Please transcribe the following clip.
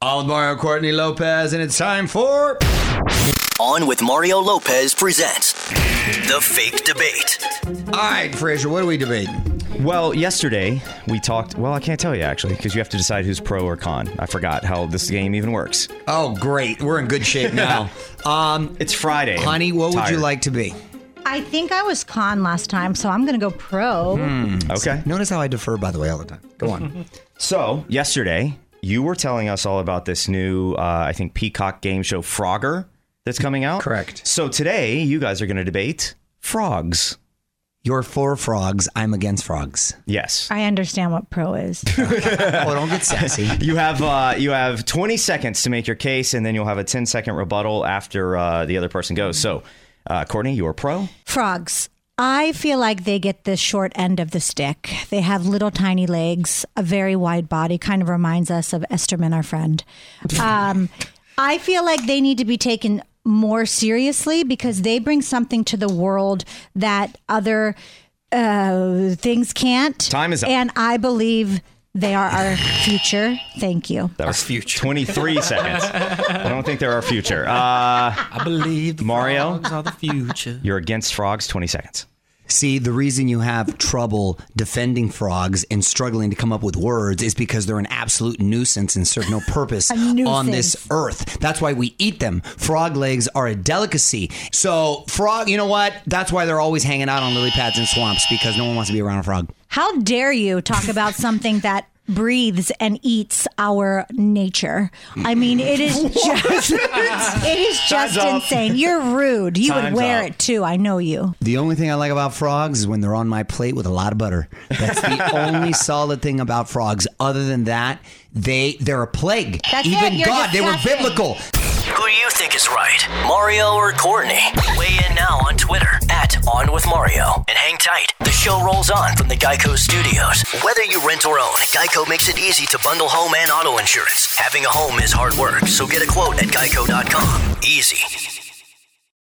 All Mario Courtney Lopez, and it's time for On with Mario Lopez presents The Fake Debate. All right, Frazier, what are we debating? Well, yesterday we talked. Well, I can't tell you actually because you have to decide who's pro or con. I forgot how this game even works. Oh, great, we're in good shape now. um, It's Friday. I'm honey, what would you tired. like to be? I think I was con last time, so I'm going to go pro. Hmm. Okay. Notice how I defer, by the way, all the time. Go on. So yesterday you were telling us all about this new, uh, I think, Peacock game show Frogger that's coming out. Correct. So today you guys are going to debate frogs. You're for frogs. I'm against frogs. Yes. I understand what pro is. Oh, don't get sassy. You have uh, you have 20 seconds to make your case, and then you'll have a 10 second rebuttal after uh, the other person goes. So, uh, Courtney, you're pro. Frogs. I feel like they get the short end of the stick. They have little tiny legs, a very wide body, kind of reminds us of Esterman, our friend. Um, I feel like they need to be taken more seriously because they bring something to the world that other uh, things can't. Time is up. And I believe they are our future. Thank you. That was future. 23 seconds. I don't think they're our future. Uh, I believe the Mario? frogs are the future. you're against frogs. 20 seconds. See, the reason you have trouble defending frogs and struggling to come up with words is because they're an absolute nuisance and serve no purpose on this nuisance. earth. That's why we eat them. Frog legs are a delicacy. So, frog, you know what? That's why they're always hanging out on lily pads and swamps because no one wants to be around a frog. How dare you talk about something that breathes and eats our nature? I mean, it is just it is Time's just up. insane. You're rude. You Time's would wear up. it too. I know you. The only thing I like about frogs is when they're on my plate with a lot of butter. That's the only solid thing about frogs. Other than that, they they're a plague. That's Even it. You're God, they were disgusting. biblical. Who do you think is right, Mario or Courtney? Weigh in now on Twitter at On with Mario. And hang tight. The show rolls on from the Geico Studios. Whether you rent or own, Geico makes it easy to bundle home and auto insurance. Having a home is hard work, so get a quote at geico.com. Easy.